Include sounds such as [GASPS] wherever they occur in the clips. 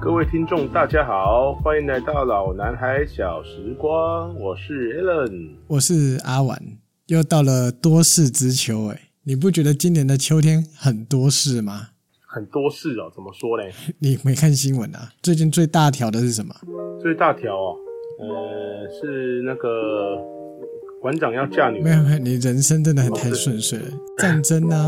各位听众，大家好，欢迎来到《老男孩小时光》，我是 Alan。我是阿婉，又到了多事之秋哎，你不觉得今年的秋天很多事吗？很多事哦，怎么说呢？你没看新闻啊？最近最大条的是什么？最大条哦，呃，是那个馆长要嫁女没有没有，你人生真的很太顺遂了。战争啊，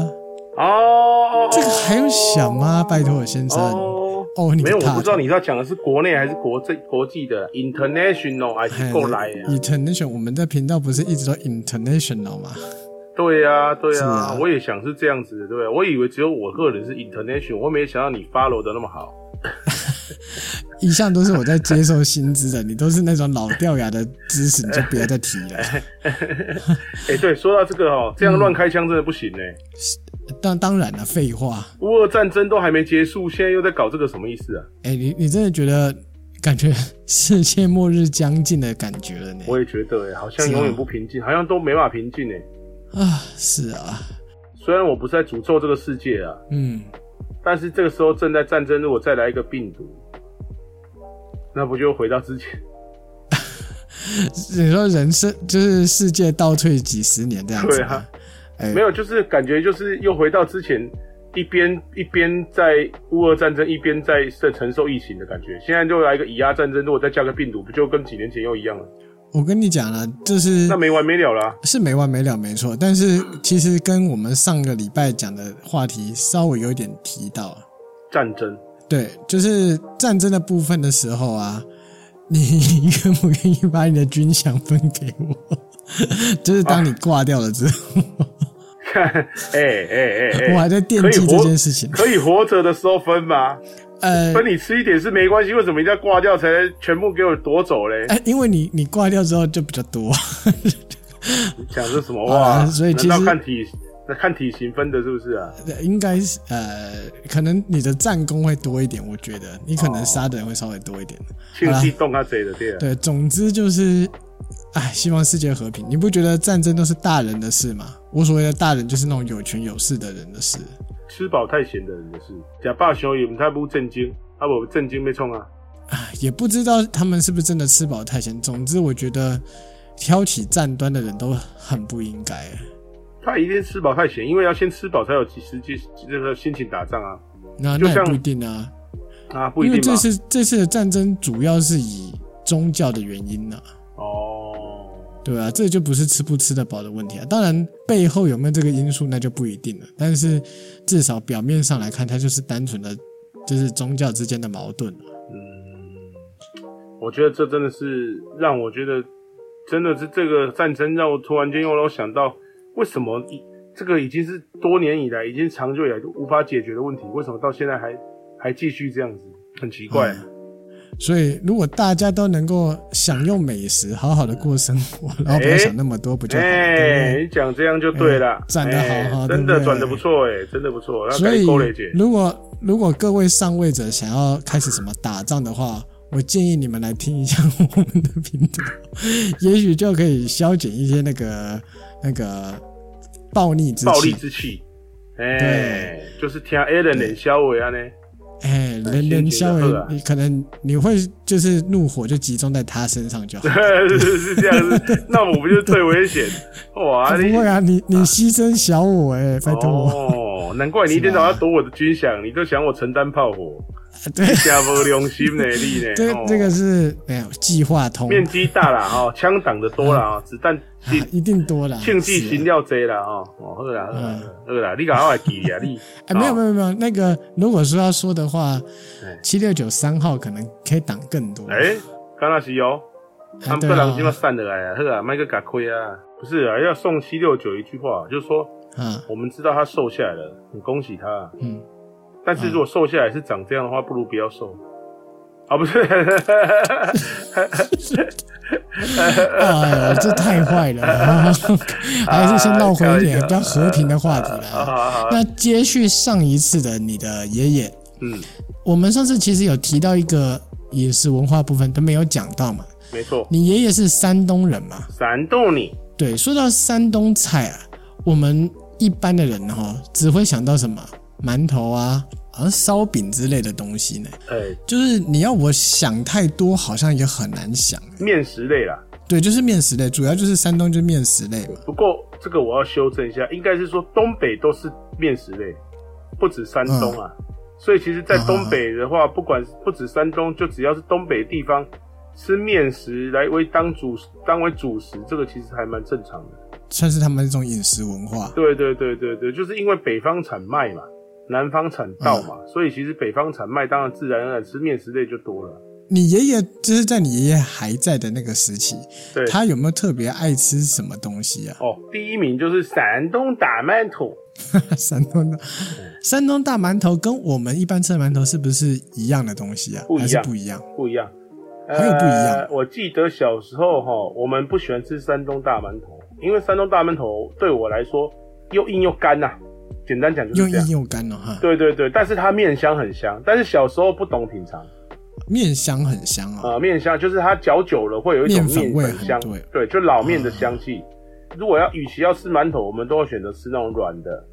哦哦，哦这个还用想吗？拜托先生。哦哦，你没有，我不知道你你要讲的是国内还是国际国际的 international 还哎是过来啊呀、 international，我们的频道不是一直都 international 吗？对呀、对呀、是啊我也想是这样子的，对不对？啊我以为只有我个人是 international，我没想到你 follow 的那么好。一向都是我在接受薪资的，你都是那种老掉牙的知识，你就不要再提了。哎、对，说到这个哦，这样乱开枪真的不行呢、当当然了，废话。乌俄战争都还没结束，现在又在搞这个，什么意思啊？哎、你你真的觉得感觉 [LAUGHS] 世界末日将近的感觉了呢？我也觉得、欸，好像永远不平静，好像都没法平静哎、啊，是啊，虽然我不是在诅咒这个世界啊，嗯，但是这个时候正在战争，如果再来一个病毒，那不就回到之前？你说人生就是世界倒退几十年这样子对吗啊？哎、没有，就是感觉就是又回到之前，一边一边在乌俄战争，一边在承承受疫情的感觉。现在就来一个以压战争，如果再加个病毒，不就跟几年前又一样了？我跟你讲了，就是那没完没了啦、是没完没了，没错。但是其实跟我们上个礼拜讲的话题稍微有点提到，战争。对，就是战争的部分的时候啊，你 [LAUGHS] 愿不愿意把你的军饷分给我？ [LAUGHS] 就是当你挂掉了之后，看， [LAUGHS] 哎哎哎我还哎，在惦记这件事情。可以活着的时候分吗？ [LAUGHS] 呃，分你吃一点是没关系，为什么一定要挂掉才全部给我夺走嘞？哎，因为你你挂掉之后就比较多， [LAUGHS] 你讲这什么啊话？所以其实难道看体那看体型分的，是不是啊？应该是呃，可能你的战功会多一点，我觉得你可能杀的人会稍微多一点。庆忌动他贼的哦对啊。对，总之就是，哎，希望世界和平。你不觉得战争都是大人的事吗？我所谓的大人，就是那种有权有势的人的事。吃饱太闲的人也是，假霸雄也不太不正经，啊不正经被冲啊。啊，也不知道他们是不是真的吃饱太闲。总之，我觉得挑起战端的人都很不应该。他一定吃饱太闲，因为要先吃饱才有时间这个心情打仗啊那就那也像不一定啊，啊不一因为定这嘛。次这次的战争主要是以宗教的原因呢、哦，对啊，这就不是吃不吃得饱的问题啊。当然，背后有没有这个因素那就不一定了。但是至少表面上来看，它就是单纯的，就是宗教之间的矛盾、啊。嗯，我觉得这真的是让我觉得，真的是这个战争让我突然间又让我想到，为什么一这个已经是多年以来已经长久以来都无法解决的问题，为什么到现在还还继续这样子，很奇怪。嗯所以，如果大家都能够享用美食，好好的过生活，然后不要想那么多，不就好了？哎、对你讲这样就对了，转得哎好哈真对的不对转的不错哎、真的不错，不要对所感谢勾雷以姐，。如果如果各位上位者想要开始什么打仗的话，我建议你们来听一下我们的频道，也许就可以消减一些那个那个暴逆之暴力气。之气，哎、就是听 Alan 冷肖伟啊呢，哎，哎人心人情稍微就好啊，你可能你会就是怒火就集中在他身 [LAUGHS] 上就好。是这样子，那我不就是最危险？哇， [LAUGHS] 不你会啊，你你牺牲小我哎、拜托我。哦，难怪你一天到晚要夺我的军饷，你都想我承担炮 [LAUGHS] 火，对，加无良心呢，你呢？这哦这个是没有计划通，面积大啦，哦，枪挡的多啦，哦，子弹啊 [LAUGHS] 进一定多啦。庆忌是啊行料多啦，哦，哦，好啦，好嗯啦，好啦，你搞好来记啊， [LAUGHS] 你哎，没有哦没有没有，那个如果说要说的话对，七六九三号可能可以挡更多。哎、刚那是哦，他哎们对不然就要啊，散了来啊，呵啊，麦克嘎亏啊，不是啊，要送七六九一句话，就是说啊，我们知道他瘦下来了，很恭喜他，嗯，但是如果瘦下来是长这样的话，不如不要瘦。啊，不 [LAUGHS] 是，哎呦，这太坏 [LAUGHS] 了，还是先绕回一点啊比较和平的话题好啦。好好，那接续上一次的你的爷爷，嗯，我们上次其实有提到一个也是文化部分都没有讲到嘛。没错，你爷爷是山东人嘛？闪动你，对，说到山东菜啊，我们一般的人哈、只会想到什么馒头啊、好像烧饼之类的东西呢。哎、就是你要我想太多，好像也很难想。面食类啦。对，就是面食类，主要就是山东就是面食类嘛。不过这个我要修正一下，应该是说东北都是面食类，不止山东啊。所以其实，在东北的话，不管不止山东，就只要是东北地方吃面食来为当主当为主食，这个其实还蛮正常的。算是他们这种饮食文化。对对对对对，就是因为北方产麦嘛，南方产稻嘛，所以其实北方产麦，当然自然而然吃面食类就多了。你爷爷就是在你爷爷还在的那个时期，对，他有没有特别爱吃什么东西啊？ [LAUGHS] 哦，第一名就是山东大馒头，山东的山东大馒头跟我们一般吃的馒头是不是一样的东西啊？不一还样是不一样？不一样。还有不一样呃。我记得小时候哈，我们不喜欢吃山东大馒头，因为山东大馒头对我来说又硬又干呐、简单讲就又是这硬样。又干哦哈，对对对，但是它面香很香，但是小时候不懂品尝面香很香哦。啊、呃面香就是它嚼久了会有一种面粉面味粉很香，对对，就老面的香气。如果要与其要吃馒头，我们都会选择吃那种软的，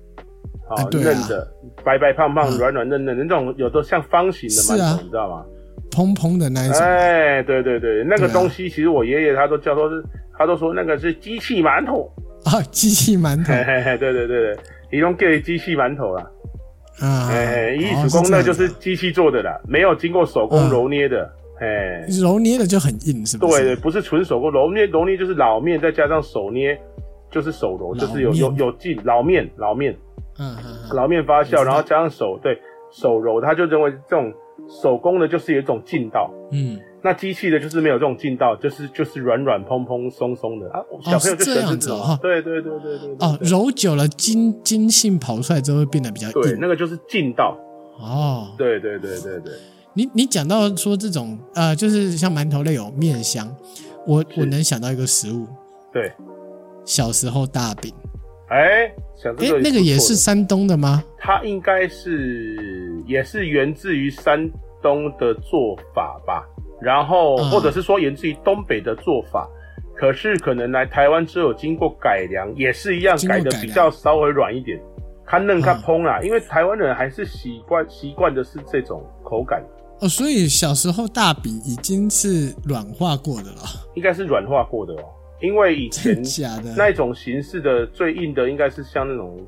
好、哎对啊嫩的，白白胖胖、嗯软软嫩嫩的那种，有的像方形的馒是啊头，你知道吗？蓬蓬的那一种，哎，对对对，那对个啊东西其实我爷爷他都叫说是，他都说那个是机器馒头。啊，机器馒头嘿嘿嘿，对对对对，一种给机器馒头啦。啊，哎，一哦手工那这就样子是啊机器做的啦，没有经过手工嗯揉捏的。哎，揉捏的就很硬，是不嗯是？对，不是纯手工揉捏，揉捏就是老面再加上手捏，就是手揉，就是有有老面有劲老面老面嗯嗯嗯，老面发我知道酵，然后加上手对手揉，他就认为这种手工的就是有一种劲道。嗯，那机器的就是没有这种劲道，就是就是软软蓬蓬松松的啊，小朋友就喜欢吃哦是这样子种哦对对对对对对哦，揉久了筋筋性跑出来之后会变得比较对，硬那个就是劲道，哦。对对对对对，你你讲到说这种呃，就是像馒头类有面香，我是我能想到一个食物，对，小时候大饼，哎，想哎这个，那个也是不错山东的吗？的，它应该是也是源自于山东的做法吧，然后嗯或者是说源自于东北的做法。可是可能来台湾之后经过改良，也是一样经过改的改比良较稍微软一点，它嫩它嗯蓬啦，因为台湾人还是习惯习惯的是这种口感，哦，所以小时候大饼已经是软化过的了，应该是软化过的哦，因为以前真假的？那一种形式的最硬的应该是像那种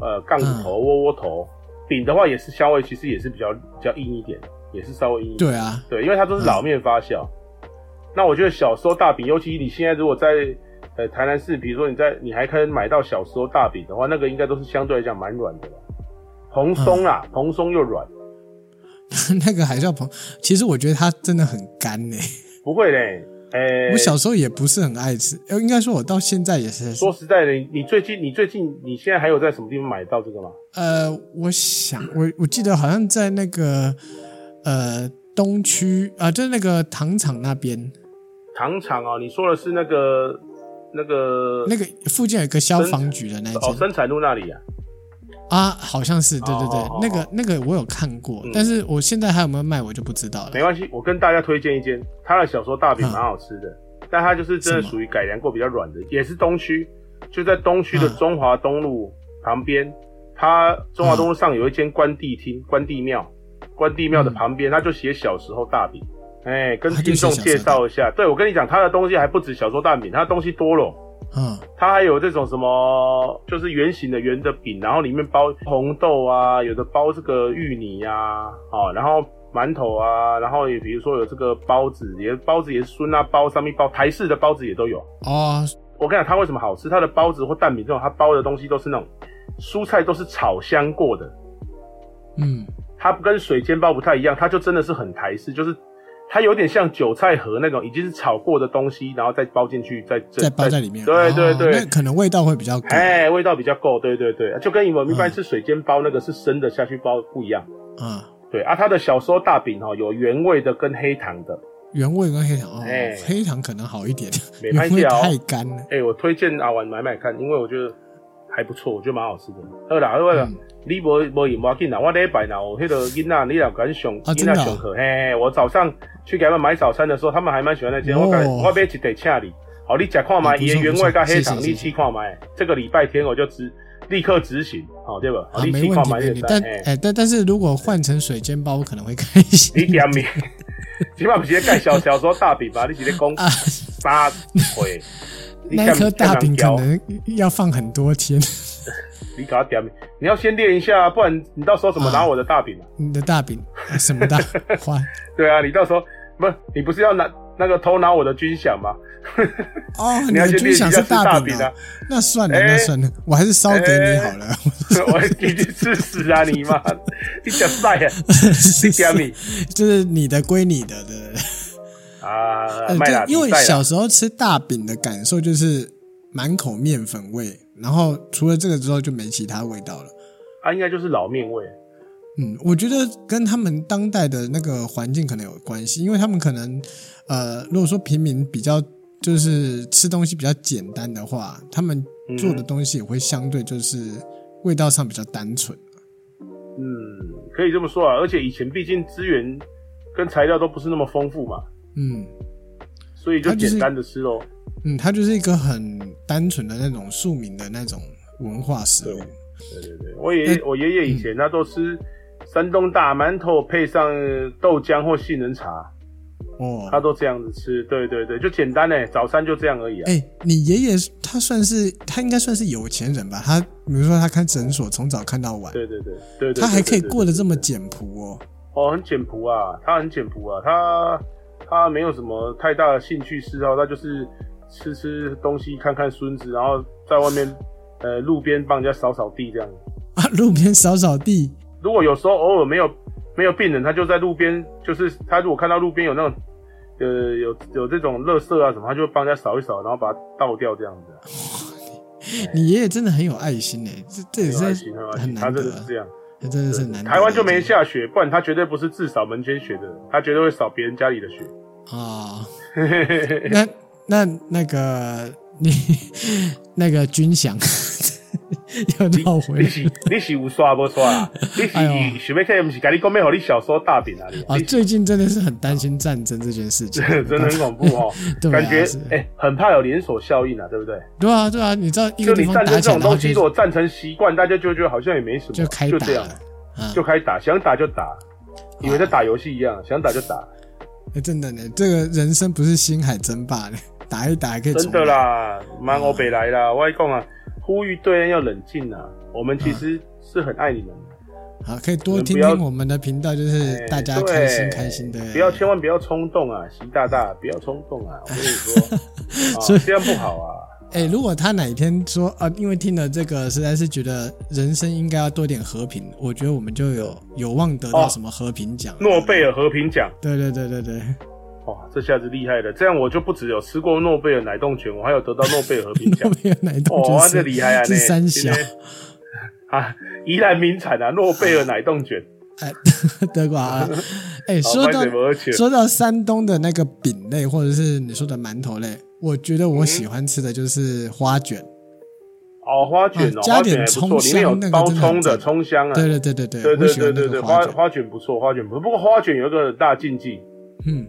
呃杠子嗯头、窝窝头饼的话，也是香味其实也是比较比较硬一点，也是稍微硬一点。对啊，对，因为它都是老面发酵。那我觉得小时候大饼，尤其你现在如果在呃台南市，比如说你在你还可以买到小时候大饼的话，那个应该都是相对来讲蛮软的了，蓬松啦，嗯蓬松又软， [LAUGHS] 那个海啸鹏，其实我觉得它真的很干呢、欸不会嘞。诶、我小时候也不是很爱吃，呃，应该说我到现在也是。说实在的，你你最近你最近你现在还有在什么地方买到这个吗？呃，我想我我记得好像在那个呃东区啊、就是那个糖厂那边，糖厂哦，你说的是那个那个那个附近有一个消防局的那一哦间、生产路那里啊？啊，好像是，对对对，哦哦哦嗯那个那个我有看过，但是我现在还有没有卖我就不知道了没。关系，我跟大家推荐一间，他的小时候大饼嗯蛮好吃的，但它就是真的什么属于改良过比较软的，也是东区，就在东区的嗯中华东路旁边，它中华东路上有一间关帝厅、关帝庙，关帝庙的旁边，他就写小时候大饼。哎，跟嗯他就听写众小时候介绍一下，对我跟你讲，他的东西还不止小时候大饼，他的东西多了。嗯，它还有这种什么，就是圆形的圆的饼，然后里面包红豆啊，有的包这个芋泥啊，哦，然后馒头啊，然后也比如说有这个包子，也包子也是酸辣包、上面包，台式的包子也都有。哦，我跟你讲，它为什么好吃？它的包子或蛋饼这种，它包的东西都是那种蔬菜都是炒香过的，嗯，它跟水煎包不太一样，它就真的是很台式，就是它有点像韭菜盒那种已经是炒过的东西，然后再包进去，再再包在里面，对对哦对那可能味道会比较够。哎，味道比较够，对对对，就跟我们一般嗯吃水煎包那个是生的下去包不一样。啊，对啊，它的小时候大饼哦，有原味的跟黑糖的。原味跟黑糖，哦哎，黑糖可能好一点，没原关系味哦太干了。哎，我推荐阿婉买买看，因为我觉得还不错，我觉得蛮好吃的。好啦，好啦，嗯你无无用要紧啦，我礼拜啦，我迄个囡仔，你若敢上啊囡真仔的啊上课，嘿嘿，我早上去给他们买早餐的时候，他们还蛮喜欢那间，我改哦我买一袋请你。好，你吃看卖，嗯不伊的错原味不错跟黑糖，谢谢你谢谢试看卖。这个礼拜天我就直立刻执行，好对吧？啊，立没即问购题，买没问简题。单但哎哎，但但是如果换成水煎包，我可能会开心你点名， [LAUGHS] 起码不是盖小小说大饼吧？你直接攻 [LAUGHS] 啊。八回，你 [LAUGHS] 那欠颗大饼可，欠人能要放很多天，教你给他点名，你要先练一下，不然你到时候怎么拿我的大饼啊？ [LAUGHS] 你的大饼啊什么大花？对啊，你到时候不，是你不是要拿那个偷拿我的军饷吗？ [LAUGHS] 哦，你你要的先军练习饷要是吃大饼饼啊！那算了，哎那算了，我还是烧给你好了。我已经吃屎啊你妈！ [LAUGHS] 你讲晒啊，是你点名 [LAUGHS] 就是你的归你的，对不对？啊，呃卖啦，对，因为你晒啦小时候吃大饼的感受就是满口面粉味，然后除了这个之后就没其他味道了。啊，应该就是老面味。嗯，我觉得跟他们当代的那个环境可能有关系，因为他们可能，呃，如果说平民比较就是吃东西比较简单的话，他们做的东西也会相对就是味道上比较单纯。嗯，可以这么说啊，而且以前毕竟资源跟材料都不是那么丰富嘛，嗯所以就它就是简单的吃咯。嗯，它就是一个很单纯的那种庶民的那种文化食物对。对对对，我爷爷我爷爷以前他都吃山东大馒头配上豆浆或杏仁茶，哦，他都这样子吃。对对对，就简单嘞、欸早餐就这样而已啊。哎、你爷爷他算是他应该算是有钱人吧？他比如说他开诊所从早看到晚，对对对对对，他还可对以对对过得这么对简朴哦。哦，很简朴啊，他很简朴啊，他他没有什么太大的兴趣嗜好，他就是吃吃东西，看看孙子，然后在外面呃路边帮人家扫扫地这样。啊，路边扫扫地，如果有时候偶尔没有没有病人，他就在路边，就是他如果看到路边有那种呃有有这种垃圾啊什么，他就会帮人家扫一扫，然后把它倒掉这样子啊、你爷爷真的很有爱心哎、这这也很有爱是心，很有爱很心，他难真的得是啊，这样。这真的是很难得的一件。啊台湾就没下雪，不然他绝对不是自扫门前雪的人，他绝对会扫别人家里的雪。啊、 [LAUGHS] 那那那个你 [LAUGHS] 那个军饷 [LAUGHS] 又绕回你来是你是有刷不刷啊？你是哎呦想要看，不是跟你讲要互你小说大饼啊？你啊！你最近真的是很担心战争这件事情， [LAUGHS] 真的很恐怖哦，对啊感觉是哎、很怕有连锁效应啊，对不对？对啊对啊，你知道一就个地你方战打争起这来，种然后东西，如就果战成习惯，大家就觉得好像也没什么，就就开打这样，了啊！就开打，想打就打，以为在打游戏一样，想打就打，哎真的呢，这个人生不是星海争霸呢，打一打还可以真重的来。啦，蛮欧北来啦，嗯外公啊，呼吁对岸要冷静啊，我们其嗯实是很爱你们的。好，可以多你们听不要听我们的频道，就是哎大家对开心开心的。不要千万不要冲动啊，习大大不要冲动 [LAUGHS] 啊，我跟你说，所以啊、这样不好啊。哎、如果他哪一天说啊，因为听了这个，实在是觉得人生应该要多点和平，我觉得我们就有有望得到哦什么和平奖、诺贝尔。尔和平奖，对对对对对，哇，这下子厉害了，这样我就不只有吃过诺贝尔奶冻卷，我还有得到诺贝尔和平奖诺。贝尔哪一 [LAUGHS] 栋哦，就啊是、这厉害啊！是那三小今天啊，宜兰名产啊，诺贝尔奶冻卷。哦哎，德 [LAUGHS] 国啊，哎、好 [LAUGHS] 说不到好意思我去说到山东的那个饼类，或者是你说的馒头类，我觉得嗯我喜欢吃的就是花卷。哦，花卷啊哦，加花点卷还不错，里面葱香有那个包真的很葱的赞葱香啊。对对对对对，对我对喜欢对那对对，个花花卷。花卷不错，花卷不错。不过花卷有一个大禁忌，嗯，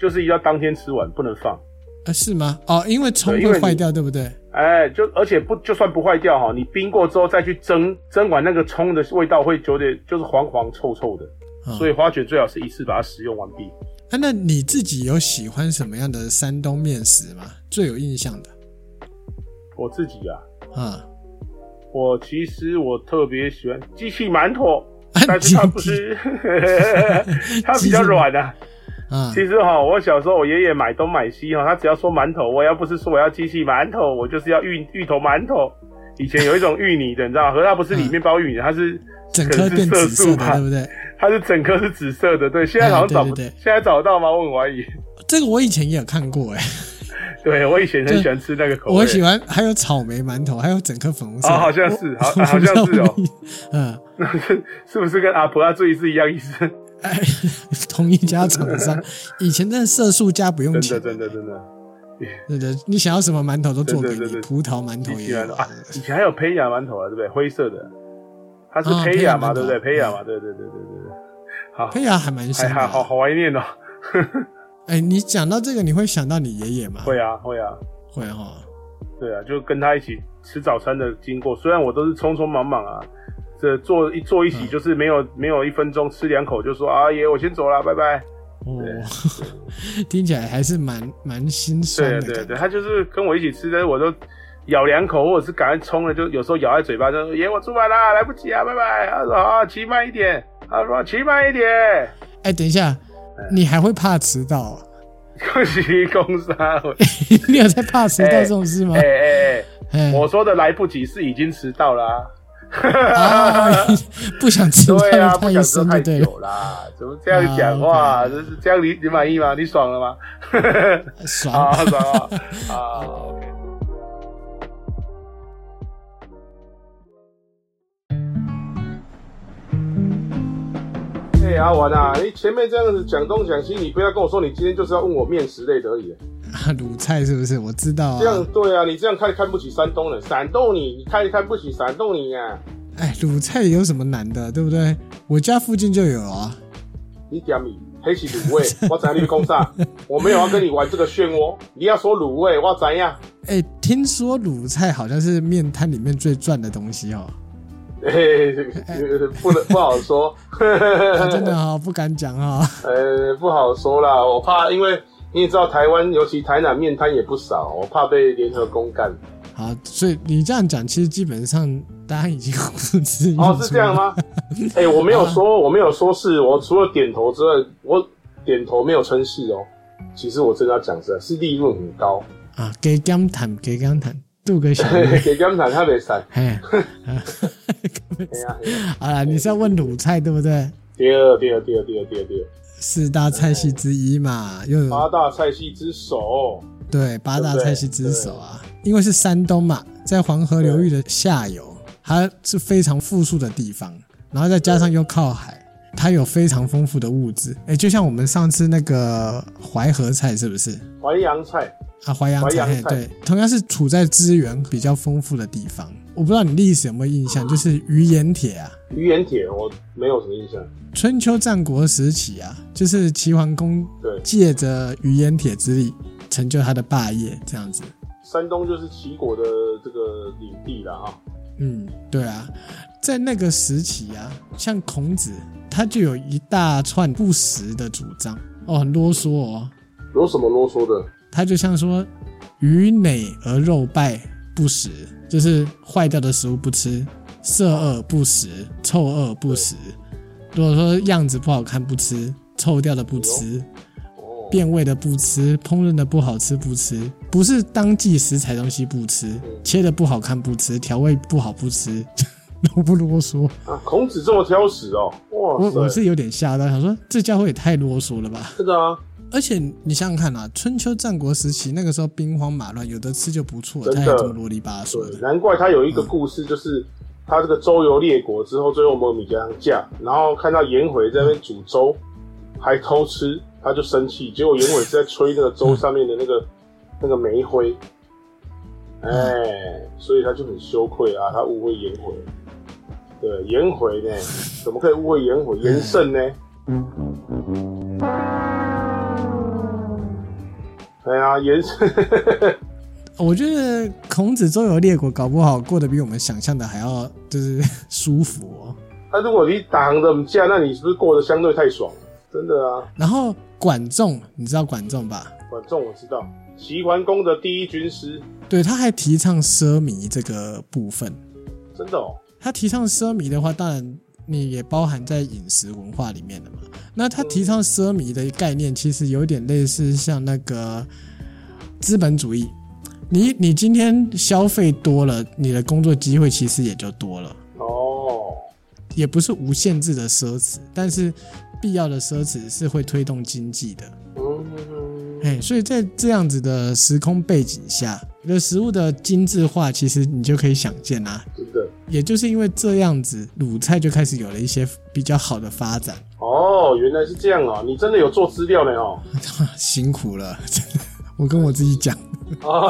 就是一定要当天吃完，不能放。啊是吗？哦，因为葱对因为会你坏掉，对不对？哎，就而且不就算不坏掉哈，你冰过之后再去蒸，蒸完那个葱的味道会有点就是黄黄臭臭的，啊、所以花卷最好是一次把它食用完毕。啊，那你自己有喜欢什么样的山东面食吗？最有印象的我自己啊，啊？我其实我特别喜欢机器馒头，啊 [LAUGHS] 但是它不 [LAUGHS] 是，它比较软啊。啊其实哈，我小时候我爷爷买东买西哈，他只要说馒头，我要不是说我要机器馒头，我就是要芋芋头馒头。以前有一种芋泥的，你知道吗？可是它不是里嗯面包芋泥，它是整可颗能变是色紫色素的，吧对不对？它是整颗是紫色的，对，现在好像找不，哎对对对现在找得到吗？问我而已。这个我以前也有看过、哎，对我以前很喜欢吃那个口味，我喜欢，还有草莓馒头，还有整颗粉红色的，哦好像是我好好像是哦，我不知道为嗯，是不是跟阿婆阿醉是一样意思？哎， [LAUGHS] 同一家厂 [LAUGHS] 商，以前真的色素加不用真钱的，真的真的，对对，你想要什么馒头都做给对对你，对对葡萄馒头机器也馒头嗯哦有，啊， [LAUGHS] 以前还有胚芽馒头啊，对不对？灰色的，它是啊胚芽嘛，胚芽馒头对嗯不对？胚芽嘛，对对对对对对，好，哎呀，还蛮还香还好的。好怀念哦， [LAUGHS] 哎，你讲到这个，你会想到你爷爷吗？哦会啊会啊，会哈，对啊，就跟他一起吃早餐的经过，虽然我都是匆匆忙忙啊，这坐一坐一嗯起就是没有、没有一分钟吃两口就说阿爷我先走了，拜拜。哦， [LAUGHS] 听起来还是蛮蛮心酸对的啊感觉。对啊对啊，他就是跟我一起吃，但是我都咬两口或者是赶快冲了，就有时候咬在嘴巴，就说爷我出门啦，来不及啊，拜拜。他说啊骑慢一点，他说骑慢一点，哎，等一下，你还会怕迟到啊？ [LAUGHS] 恭喜公杀。你有在怕迟到这种事吗哎？哎哎哎，我说的来不及是已经迟到啦、啊， [LAUGHS] 你不想迟到对啊，不 [LAUGHS] 太想说深太就对了，久啦，怎么这样讲话？啊这是这样你你满意吗？你爽 [LAUGHS] 了吗？啊爽。爽啊！啊，OK。哎、阿玩啊，你前面这样子讲东讲西，你不要跟我说你今天就是要问我面食类的而已。啊 [LAUGHS] 卤菜是不是？我知道这样啊。对啊，你这样看看不起山东人，闪动你，你看看不起闪动你啊！哎，卤菜有什么难的，对不对？我家附近就有啊。你点米黑起卤 [LAUGHS] 味，我怎样你攻上？我没有要跟你玩这个漩涡。你要说卤味，我怎样？哎，听说卤菜好像是面摊里面最赚的东西哦。 [LAUGHS] 嘿嘿嘿呃 [LAUGHS] 不能不好说，啊真的哈、不敢讲哦哈、呃，不好说啦。我怕，因为你也知道台湾，尤其台南面摊也不少，我怕被联合公干。好，所以你这样讲，其实基本上大家已经呼之欲出哦，是这样吗？哎、我没有说， [LAUGHS] 我没有说是我除了点头之外，我点头没有称是哦。其实我真的要讲是，是利润很高， [LAUGHS] 啊？给刚谈，给刚谈，杜个小月。给江南他没散。嘿，啊哎呀，嘿呀 [LAUGHS] 好了，你是要问卤菜对不对？第二，第二，第二，第二，第二，第二，四大菜系之一嘛，又八有大菜系之首。对八大菜系之首啊，因为是山东嘛，在黄河流域的下游，它是非常富庶的地方，然后再加上又靠海，它有非常丰富的物质。哎，就像我们上次那个淮河菜是不是？淮扬菜，啊，淮扬淮菜扬嘿菜对，同样是处在资源比较丰富的地方。我不知道你历史有没有印 [GASPS] 象，就是鱼盐铁啊，鱼眼铁我没有什么印象。春秋战国时期啊，就是齐桓公对，借着鱼盐铁之力成就他的霸业，这样子。山东就是齐国的这个领地了啊。嗯，对啊，在那个时期啊，像孔子他就有一大串不实的主张哦，很啰嗦哦。有什么啰嗦的？他就像说“鱼馁而肉败不食”，就是坏掉的食物不吃，色恶不食，臭恶不食。如果说样子不好看不吃，臭掉的不吃，哦，变味的不吃，烹饪的不好吃不吃，不是当季食材东西不吃，切的不好看不吃，调味不好不吃。 [LAUGHS] 啰不啰嗦？啊，孔子这么挑食哦，我哇嗯我塞，是有点吓到，想说这家伙也太啰嗦了吧。是的啊，而且你想想看啊，春秋战国时期那个时候兵荒马乱，有的吃就不错，真他的也这么啰里吧嗦对，的。难怪他有一个故事，就是他这个周游列国之后，最后没有米家行架，然后看到颜回在那边煮粥，还偷吃，他就生气，结果颜回是在吹那个粥上面的那个 [LAUGHS] 那个煤灰，哎，所以他就很羞愧啊，他误会颜回。对，颜回呢，怎么可以误会颜回？颜胜呢？哎呀，颜胜，我觉得孔子周游列国，搞不好过得比我们想象的还要就是 [LAUGHS] 舒服哦。那、如果你打行的不价，那你是不是过得相对太爽了？真的啊，然后管仲，你知道管仲吧？管仲我知道，齐桓公的第一军师，对，他还提倡奢靡这个部分。真的哦，他提倡奢靡的话，当然你也包含在饮食文化里面的嘛。那他提倡奢靡的概念，其实有点类似像那个资本主义。你你今天消费多了，你的工作机会其实也就多了，哦，也不是无限制的奢侈，但是必要的奢侈是会推动经济的。嗯，哎，所以在这样子的时空背景下，你的食物的精致化，其实你就可以想见啊，真的，也就是因为这样子，鲁菜就开始有了一些比较好的发展。 [LAUGHS] 哦，原来是这样啊，你真的有做资料呢哦，辛苦了， [LAUGHS] 真的，我跟我自己讲。哦，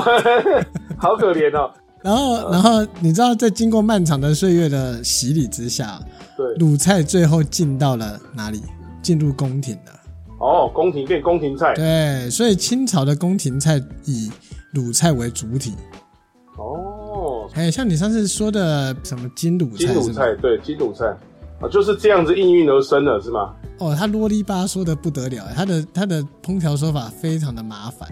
好可怜哦，然后，然后你知道，在经过漫长的岁月的洗礼之下，对，鲁菜最后进到了哪里？进入宫廷了。哦，宫廷变宫廷菜，对，所以清朝的宫廷菜以鲁菜为主体，哎、像你上次说的什么金卤金菜卤是吗？菜，对，金卤菜啊，就是这样子应运而生的，是吗？哦，他啰里吧嗦的不得了，他的他的烹调手法非常的麻烦，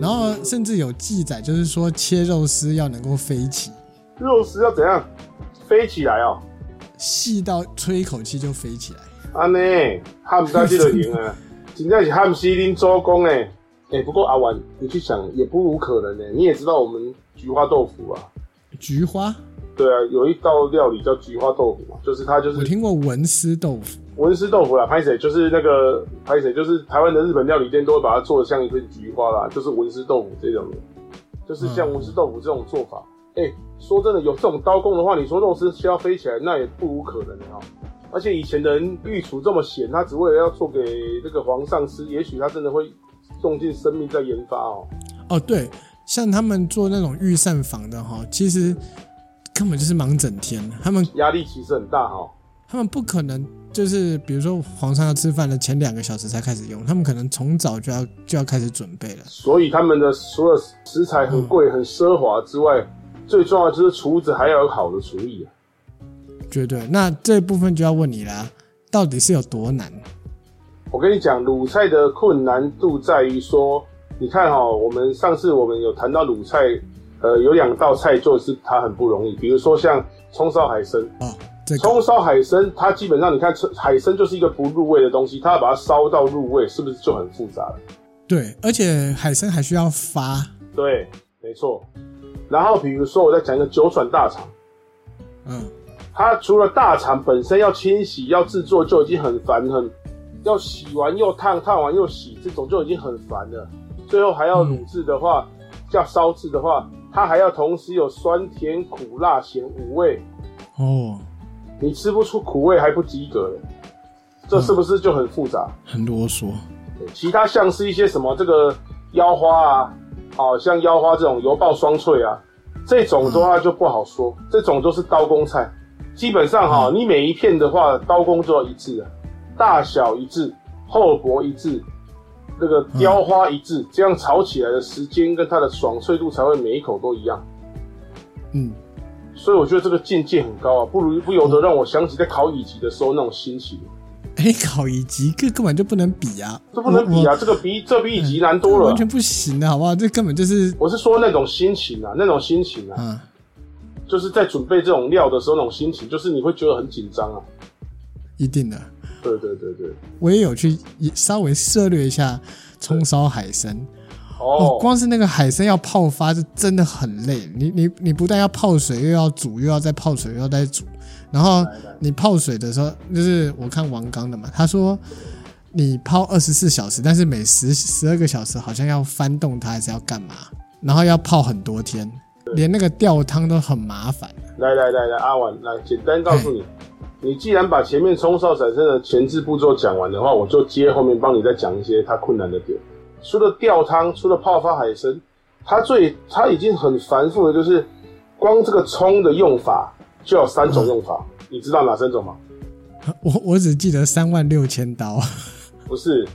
然后甚至有记载，就是说切肉丝要能够飞起，肉丝要怎样飞起来哦？细到吹一口气就飞起来。安尼，汉家这个赢啊，真正是汉西林周公哎哎、不过阿婉，你去想也不无可能呢、你也知道我们菊花豆腐啊，菊花，对啊，有一道料理叫菊花豆腐嘛，就是它就我是听过文思豆腐，文思豆腐啦，拍谁就是那个拍谁就是台湾的日本料理店都会把它做的像一片菊花啦，就是文思豆腐这种的，就是像文思豆腐这种做法。哎、说真的，有这种刀工的话，你说肉丝需要飞起来，那也不无可能啊、而且以前的人御厨这么闲，他只为了要做给这个皇上吃，也许他真的会用尽生命在研发哦。哦，对，像他们做那种御膳房的哈，其实根本就是忙整天，他们压力其实很大哦。他们不可能就是比如说皇上要吃饭的前两个小时才开始用，他们可能从早就要就要开始准备了。所以他们的除了食材很贵、很奢华之外，最重要的就是厨子还要有好的厨艺啊。绝对，那这部分就要问你啦，到底是有多难？我跟你讲，卤菜的困难度在于说，你看哈、我们上次我们有谈到卤菜，呃，有两道菜就是它很不容易，比如说像葱烧海参，哦，这个葱烧海参它基本上你看海参就是一个不入味的东西，它要把它烧到入味，是不是就很复杂了？对，而且海参还需要发，对，没错。然后比如说我再讲一个九转大肠，嗯，它除了大肠本身要清洗、要制作就已经很烦，很要洗完又烫，烫完又洗，这种就已经很烦了。最后还要卤制的话，要烧制的话，它还要同时有酸、甜、苦、辣、咸五味，哦，你吃不出苦味还不及格了，这是不是就很复杂？很啰嗦，对其他像是一些什么这个腰花啊，哦，像腰花这种油爆双脆啊，这种的话就不好说，这种都是刀工菜。基本上哈、你每一片的话，刀工都要一致啊，大小一致，厚薄一致，那个雕花一致，这样炒起来的时间跟它的爽脆度才会每一口都一样。嗯，所以我觉得这个境界很高啊，不如不由得让我想起在考乙级的时候那种心情，哎，考乙级这根本就不能比啊，这不能比我啊，这个比这比乙级难我多了啊完。全不行的好不好？这根本就是，我是说那种心情啊，那种心情啊，嗯，就是在准备这种料的时候那种心情，就是你会觉得很紧张啊。一定的。对对对对，我也有去也稍微涉略一下葱烧海参，哦，哦，光是那个海参要泡发是真的很累，你你你不但要泡水，又要煮，又要再泡水，又要再煮。然后你泡水的时候，就是我看王刚的嘛，他说你泡二十四小时，但是每十十二个小时好像要翻动它，还是要干嘛？然后要泡很多天，连那个吊汤都很麻烦。来来来来，阿婉，来简单告诉你，你既然把前面冲烧产生的前置步骤讲完的话，我就接后面帮你再讲一些它困难的点。除了吊汤，除了泡发海参，它最它已经很繁复的，就是光这个葱的用法就有三种用法，你知道哪三种吗？我我只记得三万六千刀，不是，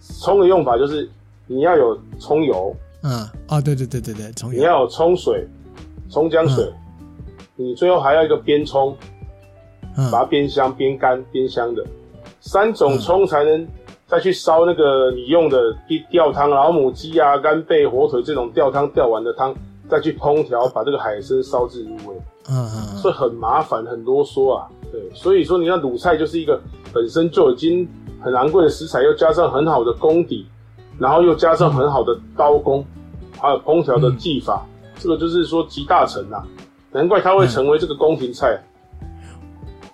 葱的用法就是你要有葱油，嗯，哦，对对对对对，从你要有冲水、葱姜水，你最后还要一个煸葱，嗯把它煸香、煸干、煸香的，三种葱才能再去烧那个你用的吊吊汤，老母鸡啊、干贝、火腿这种吊汤吊完的汤，再去烹调，把这个海参烧至入味，嗯嗯所嗯，以很麻烦、很啰嗦啊。对，所以说你看卤菜就是一个本身就已经很昂贵的食材，又加上很好的功底，然后又加上很好的刀工，还有烹调的技法，这个就是说集大成啊。难怪它会成为这个宫廷菜。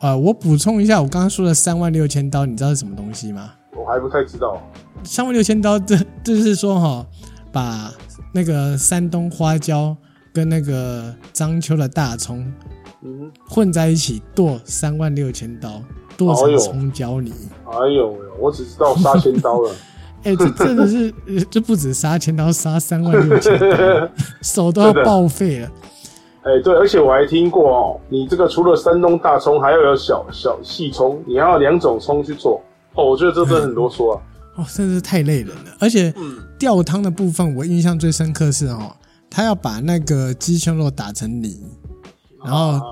呃，我补充一下，我刚刚说的三万六千刀，你知道是什么东西吗？我还不太知道，啊三万六千刀，这这就是说哈、把那个山东花椒跟那个章丘的大葱嗯，混在一起剁三万六千刀，剁哎成呦葱椒泥。哎呦喂，我只知道杀千刀了， [LAUGHS] 哎、这真的是，呃这不止杀千刀，杀三万六千刀，手都要报废了。哎、对，而且我还听过哦，你这个除了山东大葱，还要有小小细葱，你还有两种葱去做，哦，我觉得这真的很啰嗦啊，哦，真的是太累人了。而且吊汤的部分，我印象最深刻是哦，他要把那个鸡胸肉打成泥，然啊后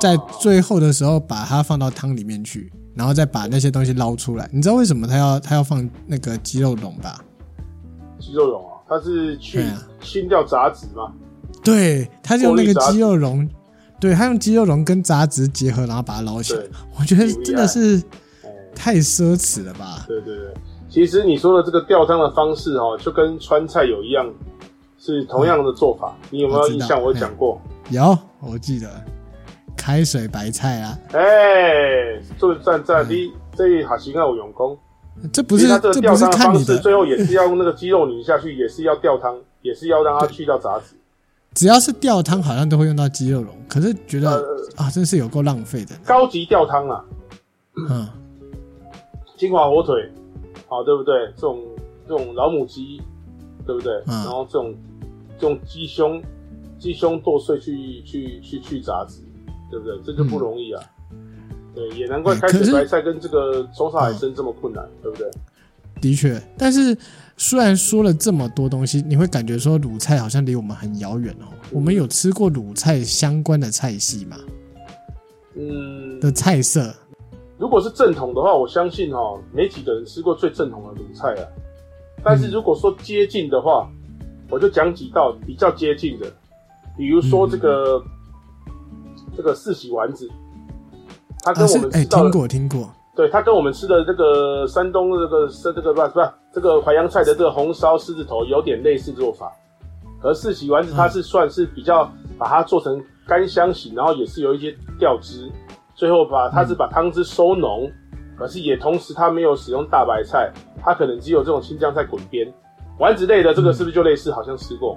在最后的时候把它放到汤里面去，然后再把那些东西捞出来。你知道为什么他要他要放那个鸡肉蓉吧？肌肉绒啊，它是去对啊清掉杂质嘛，对，他是用那过个滤杂质鸡肉蓉，对他用鸡肉蓉跟杂质结合，然后把它捞起来对。我觉得真的是哎太奢侈了吧？对对对，其实你说的这个吊汤的方式哦，就跟川菜有一样，是同样的做法。你有没有我知印道象？我嗯讲过，有，我记得开水白菜啊，哎，做站站嗯你这好像要有用功。这不其是实它这个这吊不是汤的看方你式，的，最后也是要用那个鸡肉拧下去，也是要吊汤，也是要让它去掉杂质。只要是吊汤好像都会用到鸡肉蓉，可是觉得呃啊，真是有够浪费的。高级吊汤啊，嗯，金华火腿，好对不对？这种这种老母鸡，对不对？嗯然后这种这种鸡胸，鸡胸剁碎去去去去杂质，对不对？这就不容易啊。对，也难怪哎开可始是嗯白菜跟这个手法海参这么困难，对不对？的确，但是虽然说了这么多东西，你会感觉说鲁菜好像离我们很遥远哦。我们有吃过鲁菜相关的菜系吗？嗯，的菜色，如果是正统的话，我相信哈、哦，没几个人吃过最正统的卤菜啊。但是如果说接近的话，我就讲几道比较接近的，比如说这个、这个四喜丸子，它跟嗯我啊是们哎吃到听的，过听过，对，它跟我们吃的这个山东的这个这这个不是不是这个淮扬菜的这个红烧狮子头有点类似做法，而四喜丸子它是算是比较把它做成干香型，然后也是有一些调汁，最后把它是把汤汁收浓，可是也同时它没有使用大白菜，它可能只有这种青江菜滚边。丸子类的这个是不是就类似？好像吃过。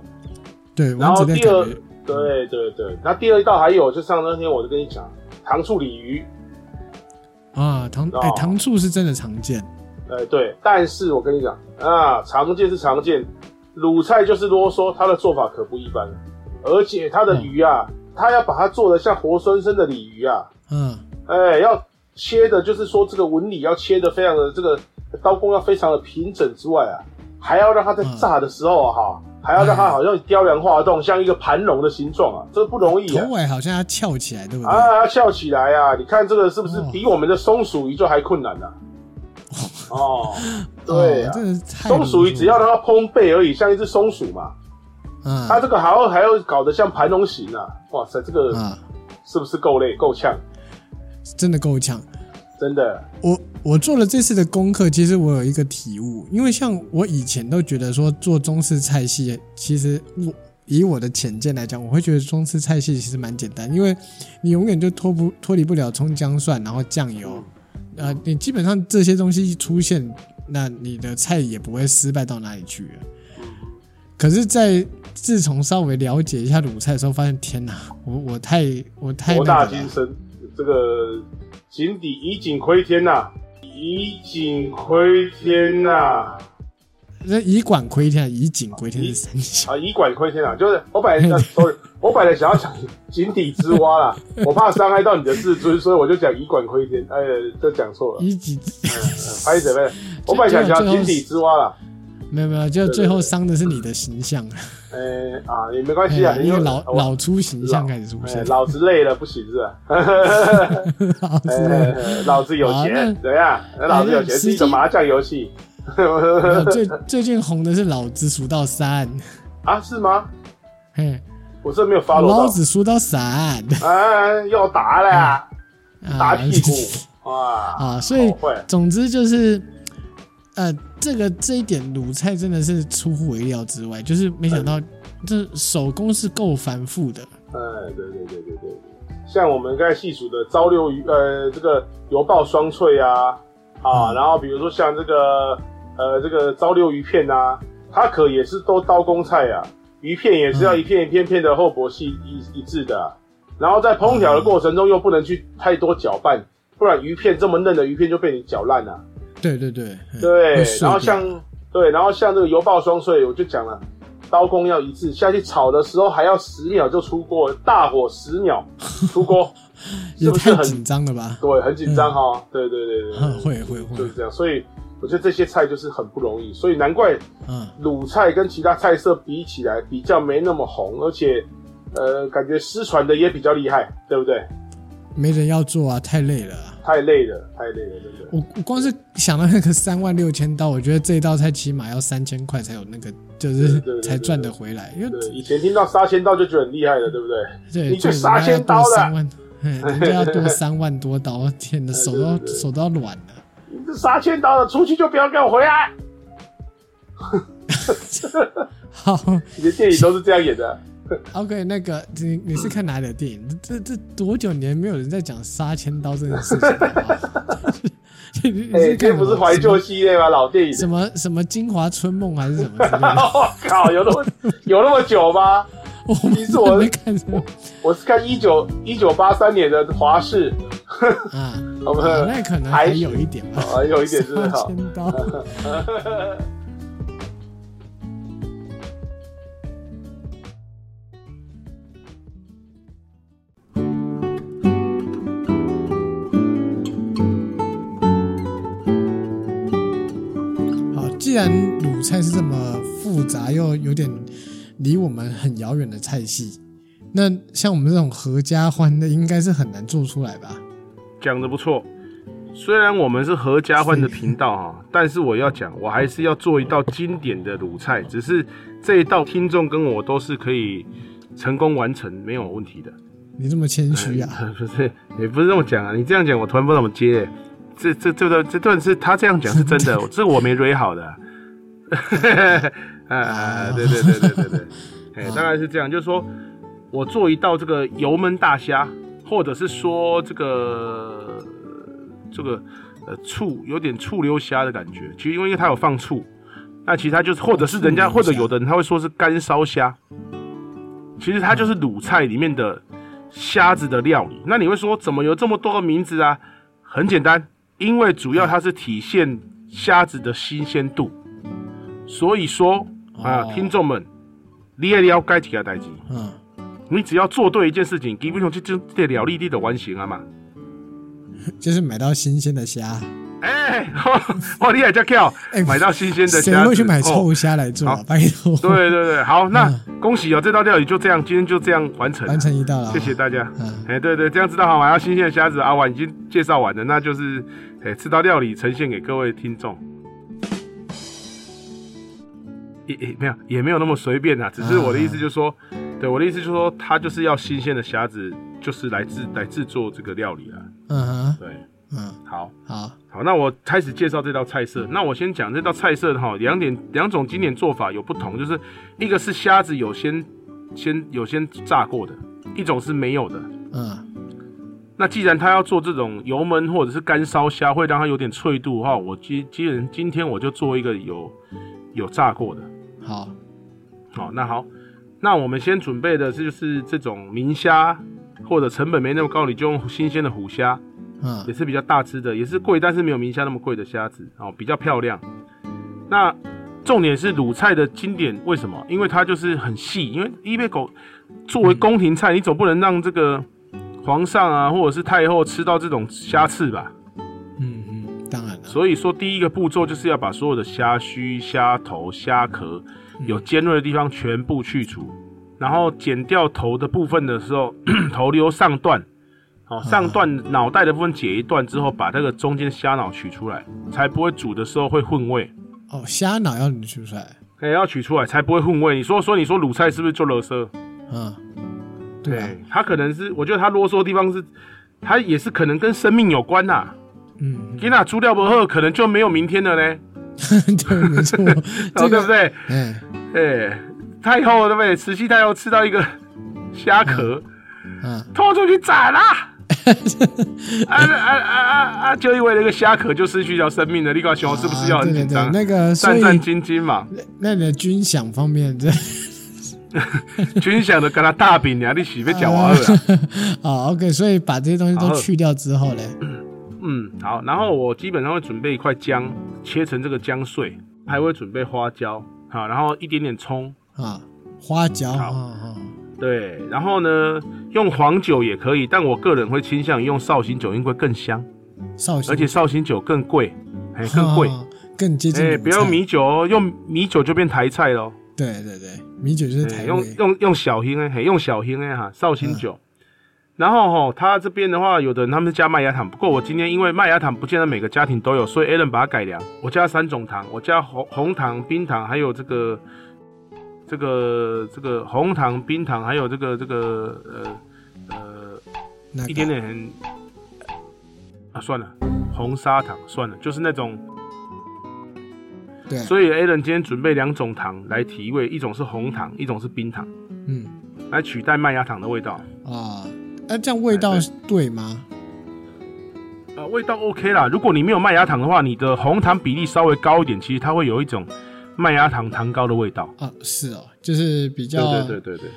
对，然丸后子类第感二觉，对对对，那第二道还有，就上那天我就跟你讲，糖醋鲤鱼，啊糖哎哦糖醋是真的常见，呃，对，但是我跟你讲啊，常见是常见，卤菜就是啰嗦，它的做法可不一般，而且它的鱼啊，它要把它做的像活生生的鲤鱼啊，嗯哎，要切的，就是说这个纹理要切的非常的这个刀工要非常的平整之外啊，还要让它在嗯炸的时候啊，哈、还要让它好像雕梁画栋，像一个盘龙的形状啊，这不容易啊头。尾好像要翘起来，对不对？啊，要翘起来啊！你看这个是不是哦比我们的松鼠鱼就还困难呢、啊哦，对、啊哦，真的是太松鼠鱼只要离让它烘焙而已，像一只松鼠嘛。嗯谱了它这个还要还要搞得像盘龙形啊！哇塞，这个啊啊，是不是够累够呛？真的够呛。真的，我我做了这次的功课，其实我有一个体悟，因为像我以前都觉得说做中式菜系，其实我以我的浅见来讲，我会觉得中式菜系其实蛮简单，因为你永远就脱不脱离不了葱姜蒜，然后酱油，嗯呃，你基本上这些东西一出现，那你的菜也不会失败到哪里去了。可是，在自从稍微了解一下鲁菜的时候，发现天哪，我我太我太博那大个精了，深，这个井底以井窥天呐、以井窥天呐、啊，那以管窥天，以景窥天哦以是三小。以管窥天啊，就是我本来 [LAUGHS] 想 sorry，我本来想要讲井底之蛙啦， [LAUGHS] 我怕伤害到你的自尊，所以我就讲以管窥天，哎，这讲 [LAUGHS] 错了，以己嗯嗯拍谁呗？我本来想讲井底之蛙啦，没有没有，就最后伤的是你的形象，哎啊，也没关系啊，哎呀一个为老我老出形象开始出哎现，老子累了不行是 [LAUGHS] 吧？老之类的。哎老子有啊好那钱，怎样？老子有钱哎是一实际种麻将游戏 [LAUGHS] 没有最最近红的是老子数到三，啊？是吗？嘿，我这没有发老到。子数到三，哎，要打了，打啊屁股啊！ [LAUGHS] 啊，所以好会总之就是，呃，这个这一点卤菜真的是出乎我意料之外，就是没想到这手工是够繁复的，哎，对对对对对，像我们刚才细数的朝六鱼，呃，这个油爆双脆啊，啊，嗯然后比如说像这个呃这个朝六鱼片啊，它可也是都刀工菜啊，鱼片也是要嗯一片一片片的厚薄细一一致的啊、然后在烹调嗯的过程中又不能去太多搅拌，不然鱼片这么嫩的鱼片就被你搅烂啊了、对对对，嗯对会，碎然后掉像对，然后像这个油爆双碎，我就讲了，刀工要一致，下去炒的时候还要十秒就出锅，大火十秒出 [LAUGHS] 锅，也是不是太很紧张了吧？对，很紧张哈、对对对对嗯对，会会就是会，这样，所以我觉得这些菜就是很不容易，所以难怪嗯鲁菜跟其他菜色比起来比较没那么红，而且呃，感觉失传的也比较厉害，对不对？没人要做啊，太累了啊、太累了，太累了，真的。我我光是想到那个三万六千刀，我觉得这一道菜起码要三千块才有那个，就对是对对才赚得回来。因为对，以前听到杀千刀就觉得很厉害了，对不对？对，你就就人杀家要千刀多三了，万， [LAUGHS] 嗯人家要多三万多刀，天哪，对手对都对对手都要软了。你这杀千刀了，出去就不要给我回来。好以前电影都是这样演的， ，OK，那个你你是看哪里的电影？这这多久年没有人在讲杀千刀这件事情了 [LAUGHS] 吧？ [LAUGHS] 你你哎、是这看不是什么怀旧系列吗？老电影。什么什么金华春梦还是什么之 [LAUGHS] 类的？我靠，有那 [LAUGHS] 么有那么久吗？我你是我没看什么我是看一九一九八三年的华视，啊？我们啊那可能还有一点吧，还哦有一 [LAUGHS] 点是杀好。千刀。好，既然鲁菜是这么复杂又有点离我们很遥远的菜系，那像我们这种合家欢的，应该是很难做出来吧？讲的不错。虽然我们是合家欢的频道哈， [LAUGHS] 但是我要讲，我还是要做一道经典的卤菜，只是这一道听众跟我都是可以成功完成，没有问题的。你这么谦虚啊？ [LAUGHS] 不是，也不是这么讲啊，你这样讲我突然不知道怎么接。欸这这这段这段是他这样讲是真的，这我没蕊好的。 [LAUGHS] 啊，对对对对对对，哎，大概是这样，就是说我做一道这个油焖大虾，或者是说这个这个呃醋有点醋溜虾的感觉，其实因为它有放醋，那其实它就是或者是人家醋溜或虾者有的人他会说是干烧虾，其实它就是卤菜里面的虾子的料理。那你会说怎么有这么多个名字啊？很简单，因为主要它是体现虾子的新鲜度，所以说啊，哦听众们，你也了解几个代志，嗯，你只要做对一件事情，基本上就就得了你你的完成啊嘛。就是买到新鲜的虾，哎、 [LAUGHS] 哇，你也叫跳哎，买到新鲜的虾子，谁会去买哦臭虾来做啊好？拜托，对对对，好，那嗯恭喜哦，这道料理就这样，今天就这样完成了，完成一道了啊，谢谢大家。嗯，哎、对对，这样知道好玩，要新鲜的虾子阿婉已经介绍完了，那就是哎、这道料理呈现给各位听众。也也没有也没有那么随便嗯啊，只是我的意思就是说，对我的意思就是说，它就是要新鲜的虾子，就是来制来制作这个料理啊。嗯哼，对，嗯，好。好，好，那我开始介绍这道菜色。那我先讲这道菜色哈，两点两种经典做法有不同，就是一个是虾子有先先有先炸过的，一种是没有的。嗯，那既然他要做这种油焖或者是干烧虾，会让它有点脆度的话，我今今人今天我就做一个有有炸过的。好，好，那好，那我们先准备的就是这种明虾，或者成本没那么高，你就用新鲜的虎虾。也嗯，是比较大只的，也是贵，但是没有明虾那么贵的虾子哦，比较漂亮。那重点是鲁菜的经典，为什么？因为它就是很细，因为伊贝狗作为宫廷菜，你总不能让这个皇上啊或者是太后吃到这种虾翅吧？嗯嗯，当然了，所以说第一个步骤就是要把所有的虾须、虾头、虾壳嗯有尖锐的地方全部去除，然后剪掉头的部分的时候， [CLEARS THROAT] 头留上段，嗯哦，上段脑袋的部分解一段之后，把那个中间虾脑取出来，才不会煮的时候会混味。哦，虾脑要你取出来，哎、要取出来才不会混味。你说说，你说卤菜是不是就啰嗦？嗯，对啊，它可能是，我觉得它啰嗦的地方是，它也是可能跟生命有关呐、嗯， [LAUGHS] 给那猪料不喝，可能就没有明天了嘞，嗯对，没 [LAUGHS] 错，哦这对不个，对？哎，哎、太后对不对？慈禧太后吃到一个虾壳，嗯，拖出去斩啦！啊啊啊啊啊！就因为那个虾壳就失去条生命了，你搞熊哦是不是要很啊对紧对对张？那个，所战以战兢兢嘛，那那你的军饷方面， [LAUGHS] 这军饷都跟他大饼啊，你洗被讲完了啦。好 OK，所以把这些东西好都了去掉之后嘞，嗯，好，然后我基本上会准备一块姜，切成这个姜碎，还会准备花椒，好，然后一点点葱，啊，花椒，好啊对，然后呢，用黄酒也可以，但我个人会倾向于用绍兴酒，因为更香。啊，绍兴，而且绍兴酒更贵，哎、更贵，哦，更接近哎、鲁菜，不要用米酒哦，用米酒就变台菜喽。对对对，米酒就是台嗯嗯味，用用用小心哎，嘿用小心哎哈，绍兴酒。然后吼、他这边的话，有的人他们是加麦芽糖，不过我今天因为麦芽糖不见得每个家庭都有，所以 Alan 把它改良，我加三种糖，我加红红糖、冰糖，还有这个这个这个红糖、冰糖，还有这个这个呃呃那个一点点很啊算了，红砂糖算了，就是那种对，所以 Alan 今天准备两种糖来提味，一种是红糖，一种是冰糖，嗯来取代麦芽糖的味道。啊，那、这样味道哎对吗？呃，味道 OK 啦。如果你没有麦芽糖的话，你的红糖比例稍微高一点，其实它会有一种麦芽糖糖膏的味道。啊，是哦，就是比对较对对对对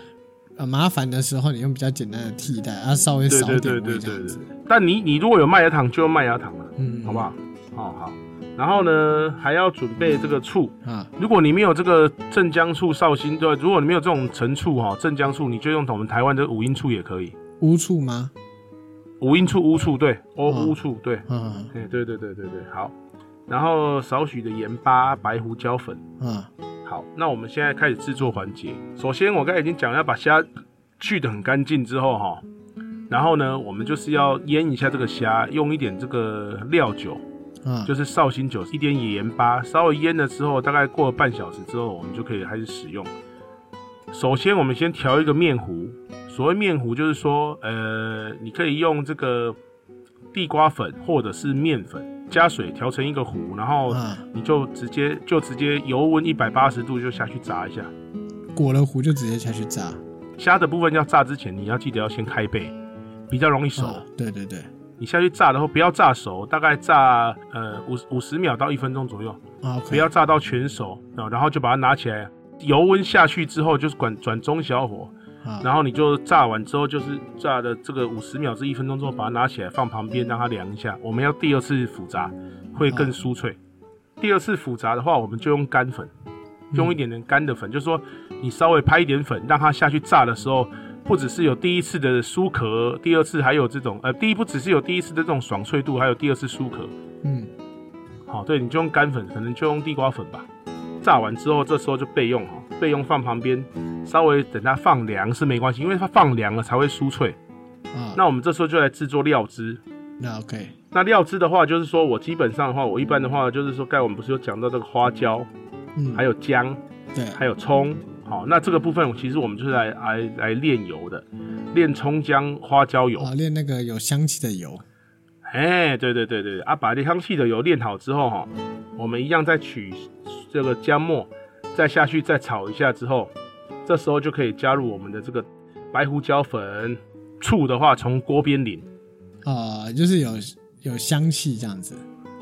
呃麻烦的时候，你用比较简单的替代，啊，稍微对少对一对点对对味这对样子对，。但你你如果有麦芽糖，就用麦芽糖了，嗯，好不好？好好。然后呢，还要准备这个醋。啊？如果你没有这个镇江醋、绍兴，对，如果你没有这种陈醋哈、镇江醋，你就用我们台湾的五音醋也可以。乌醋吗？五音醋、乌醋，对，哦，嗯乌醋，对，啊哎，对对对对对，好。然后少许的盐巴、白胡椒粉。啊好，那我们现在开始制作环节。首先，我刚才已经讲要把虾去的很干净之后哈，然后呢，我们就是要腌一下这个虾，用一点这个料酒，啊！就是绍兴酒，一点盐巴，稍微腌了之后，大概过了半小时之后，我们就可以开始使用。首先，我们先调一个面糊。所谓面糊，就是说，呃，你可以用这个地瓜粉或者是面粉加水调成一个糊，然后啊，你就直接就直接油温一百八十度就下去炸一下。裹了糊就直接下去炸。虾的部分要炸之前，你要记得要先开背，比较容易熟。啊，对对对，你下去炸的话，不要炸熟，大概炸呃五五十秒到一分钟左右，啊，OK，不要炸到全熟啊，然后就把它拿起来，油温下去之后就是转转中小火，啊然后你就炸完之后就是炸的这个五十秒至一分钟之后，把它拿起来放旁边让它凉一下。我们要第二次复炸，会更酥脆。第二次复炸的话，我们就用干粉，用一点点干的粉，就是说你稍微拍一点粉，让它下去炸的时候，不只是有第一次的酥壳，第二次还有这种呃，第一不只是有第一次的这种爽脆度，还有第二次酥壳。嗯好、对，你就用干粉，可能就用地瓜粉吧。炸完之后，这时候就备用哈，备用放旁边，稍微等它放凉是没关系，因为它放凉了才会酥脆。啊，那我们这时候就来制作料汁。那 OK 那料汁的话，就是说我基本上的话，我一般的话就是说，刚才我们不是有讲到这个花椒，嗯，还有姜，对还有葱。好，那这个部分其实我们就是来来来炼油的，炼葱姜花椒油。啊，炼那个有香气的油哎，对对对对，啊，把这香气的油炼好之后哈、我们一样再取这个姜末，再下去再炒一下之后，这时候就可以加入我们的这个白胡椒粉。醋的话，从锅边淋。啊，就是有有香气这样子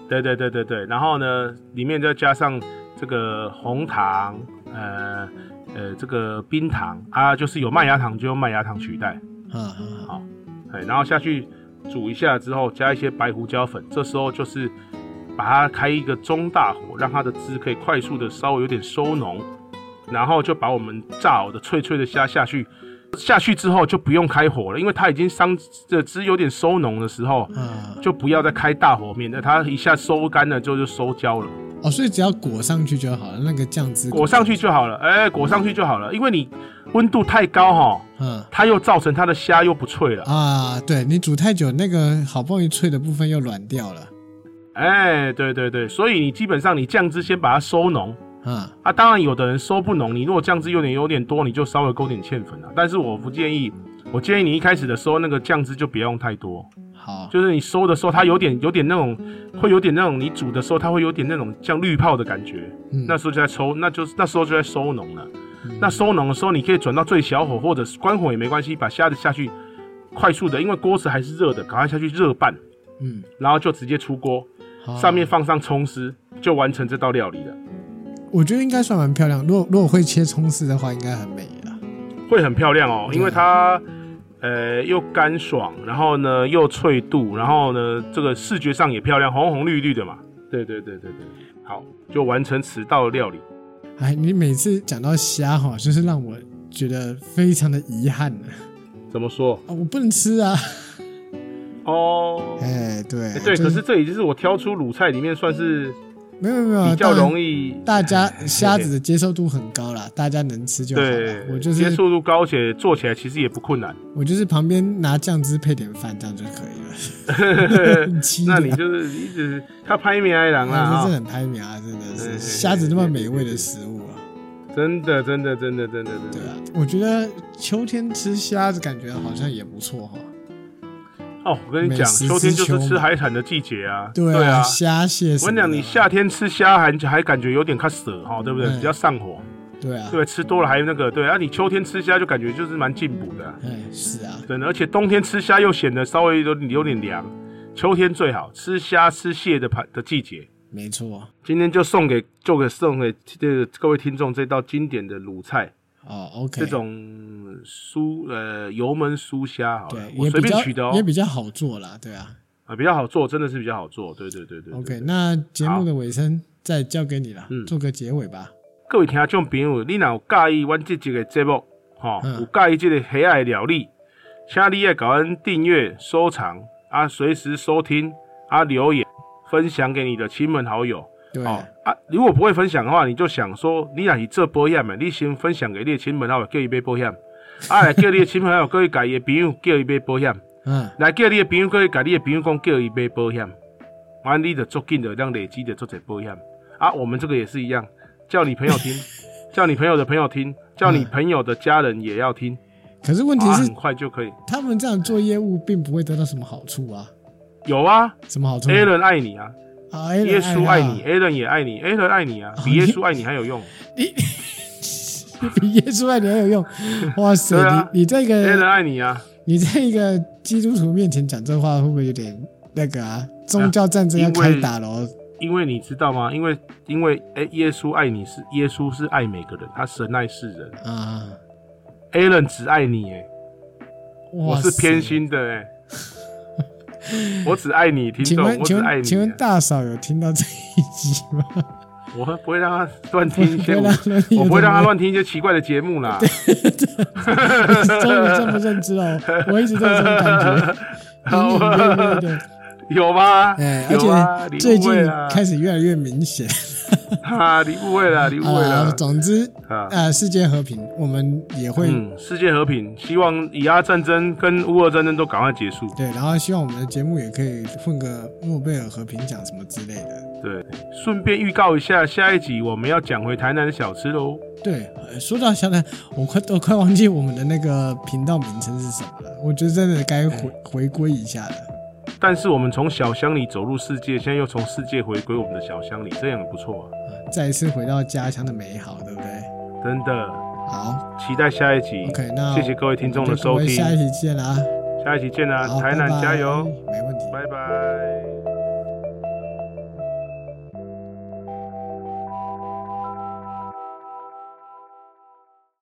对对对对对，然后呢，里面再加上这个红糖，呃呃，这个冰糖啊，就是有麦芽糖就用麦芽糖取代。啊啊啊哎，然后下去煮一下之后，加一些白胡椒粉，这时候就是把它开一个中大火，让它的汁可以快速的稍微有点收浓，然后就把我们炸好的脆脆的虾下去，下去之后就不用开火了，因为它已经伤这汁有点收浓的时候，啊就不要再开大火，免得它一下收干了之后就收焦了。哦，所以只要裹上去就好了，那个酱汁裹上去就好了，哎，裹上去就好了，因为你温度太高哈、啊它又造成它的虾又不脆了。啊，对你煮太久，那个好不容易脆的部分又软掉了哎，对对对，所以你基本上你酱汁先把它收浓啊啊，当然有的人收不浓，你如果酱汁有点有点多，你就稍微勾点芡粉啊。但是我不建议，我建议你一开始的时候那个酱汁就不要用太多，好就是你收的时候它有点有点那种，会有点那种你煮的时候它会有点那种像滤泡的感觉，嗯那时候就在收，那就是那时候就在收浓了。那收浓的时候，你可以转到最小火，或者是关火也没关系，把虾子下去，快速的，因为锅子还是热的，赶快下去热拌，嗯然后就直接出锅。好上面放上葱丝，就完成这道料理了，我觉得应该算蛮漂亮。如果如果会切葱丝的话，应该很美了。会很漂亮哦，嗯因为它呃又干爽，然后呢又脆度，然后呢这个视觉上也漂亮，红红绿绿的嘛。对对对对对，好，就完成此道料理。哎，你每次讲到虾哈，就是让我觉得非常的遗憾呢、怎么说？啊我不能吃啊。哦，哎，对，哎对，就可是这已经是我挑出鲁菜里面算是没有没有，比较当然容易呃大家虾子的接受度很高啦，大家能吃就好对了。，我就接是受度高，且做起来其实也不困难。我就是旁边拿酱汁配点饭，这样就可以了。很 [LAUGHS] 凄 [LAUGHS] 那你凉就是一直他拍米爱郎啦啊，这是哈，很拍苗啊，真的对对是对虾子那么美味的食物啊。真的真的真的真的真对的啊，我觉得秋天吃虾子感觉好像也不错哈。哦，我跟你讲，美食之秋天就是秋吃嘛海产的季节啊，对对啊。虾蟹什我跟么你的讲，你夏天吃虾还还感觉有点看涩哈，对不对？嗯比较上火，对啊，对，吃多了还那个，对啊，你秋天吃虾就感觉就是蛮进补的，哎是啊，真的，而且冬天吃虾又显得稍微有有点凉，秋天最好吃虾吃蟹的盘的季节。没错。今天就送给就给送给这个各位听众这道经典的卤菜，哦这，OK，种酥呃油焖酥虾好了对，我也随比便较取的哦也，比较好做啦，对啊。啊比较好做，真的是比较好做，对对对对对 OK，那节好目的尾声再交给你了嗯，做个结尾吧。各位听众朋友，你若有介意阮这集个节目，吼、有嗯介意这个黑暗料理，请你也搞阮订阅、收藏啊，随时收听啊，留言分享给你的亲朋好友。对，哦啊，如果不会分享的话，你就想说，你若是做保险的，你先分享给你的亲朋好友，叫伊买保险。啊，来叫你的亲朋好友，叫伊家己的朋友，叫伊买保险。嗯，来叫你的朋友，叫伊家己的朋友讲，叫伊买保险。啊，你的做紧的，让累积的做者保险。啊，我们这个也是一样，叫你朋友 [LAUGHS] 听，叫你朋友的朋友听，叫你朋友的家人也要听。可是问题啊，是很，快就可以。他们这样做业务并不会得到什么好处啊，有啊什么好处？ ，Allen 爱你啊，啊，A 耶稣爱你啊， ，Allen 也爱你，Allen 爱你啊，比耶稣爱你还有用。比 [LAUGHS] 耶稣爱你还 [LAUGHS] 有用。哇塞，对啊你你这 Allen 个爱你啊，你这一个基督徒面前讲这话，会不会有点那个啊？宗教战争要因开为打喽？因为你知道吗？因为因为哎，耶稣爱你是耶稣是爱每个人，他神爱世人。啊， Allen 只爱你哎，我哇塞，是偏心的 [LAUGHS] 哎，我只爱你，听请众，问，我请只爱问，你请问哎。大嫂有听到这一集吗？我不会让他乱 [LAUGHS] 听一些不我，会让他乱听我不会让他有的没的乱听一些奇怪的节目啦。终于这么认知了，哦我一直都有这种感 [LAUGHS] 觉，隐啊隐约约的。有吗？ [LAUGHS] 哎，而有啊，且你最误近会了，开始越来越明显。啊，你误会了，你误会啊，了。总之，啊呃，世界和平，我们也会嗯，世界和平，希望以阿战争跟乌俄战争都赶快结束。对，然后希望我们的节目也可以混个诺贝尔和平奖什么之类的。对，顺便预告一下，下一集我们要讲回台南的小吃喽。对，呃说到小南，我快我快忘记我们的那个频道名称是什么了。我觉得真的该回嗯回归一下了。啊但是我们从小乡里走入世界，现在又从世界回归我们的小乡里，这样也不错啊，再一次回到家乡的美好，对不对？真的。好期待下一集。 ，OK，嗯那谢谢各位听众的我们就各收位听，下一期见啦。下一期见啊好，，台南拜拜加油，没问题。拜拜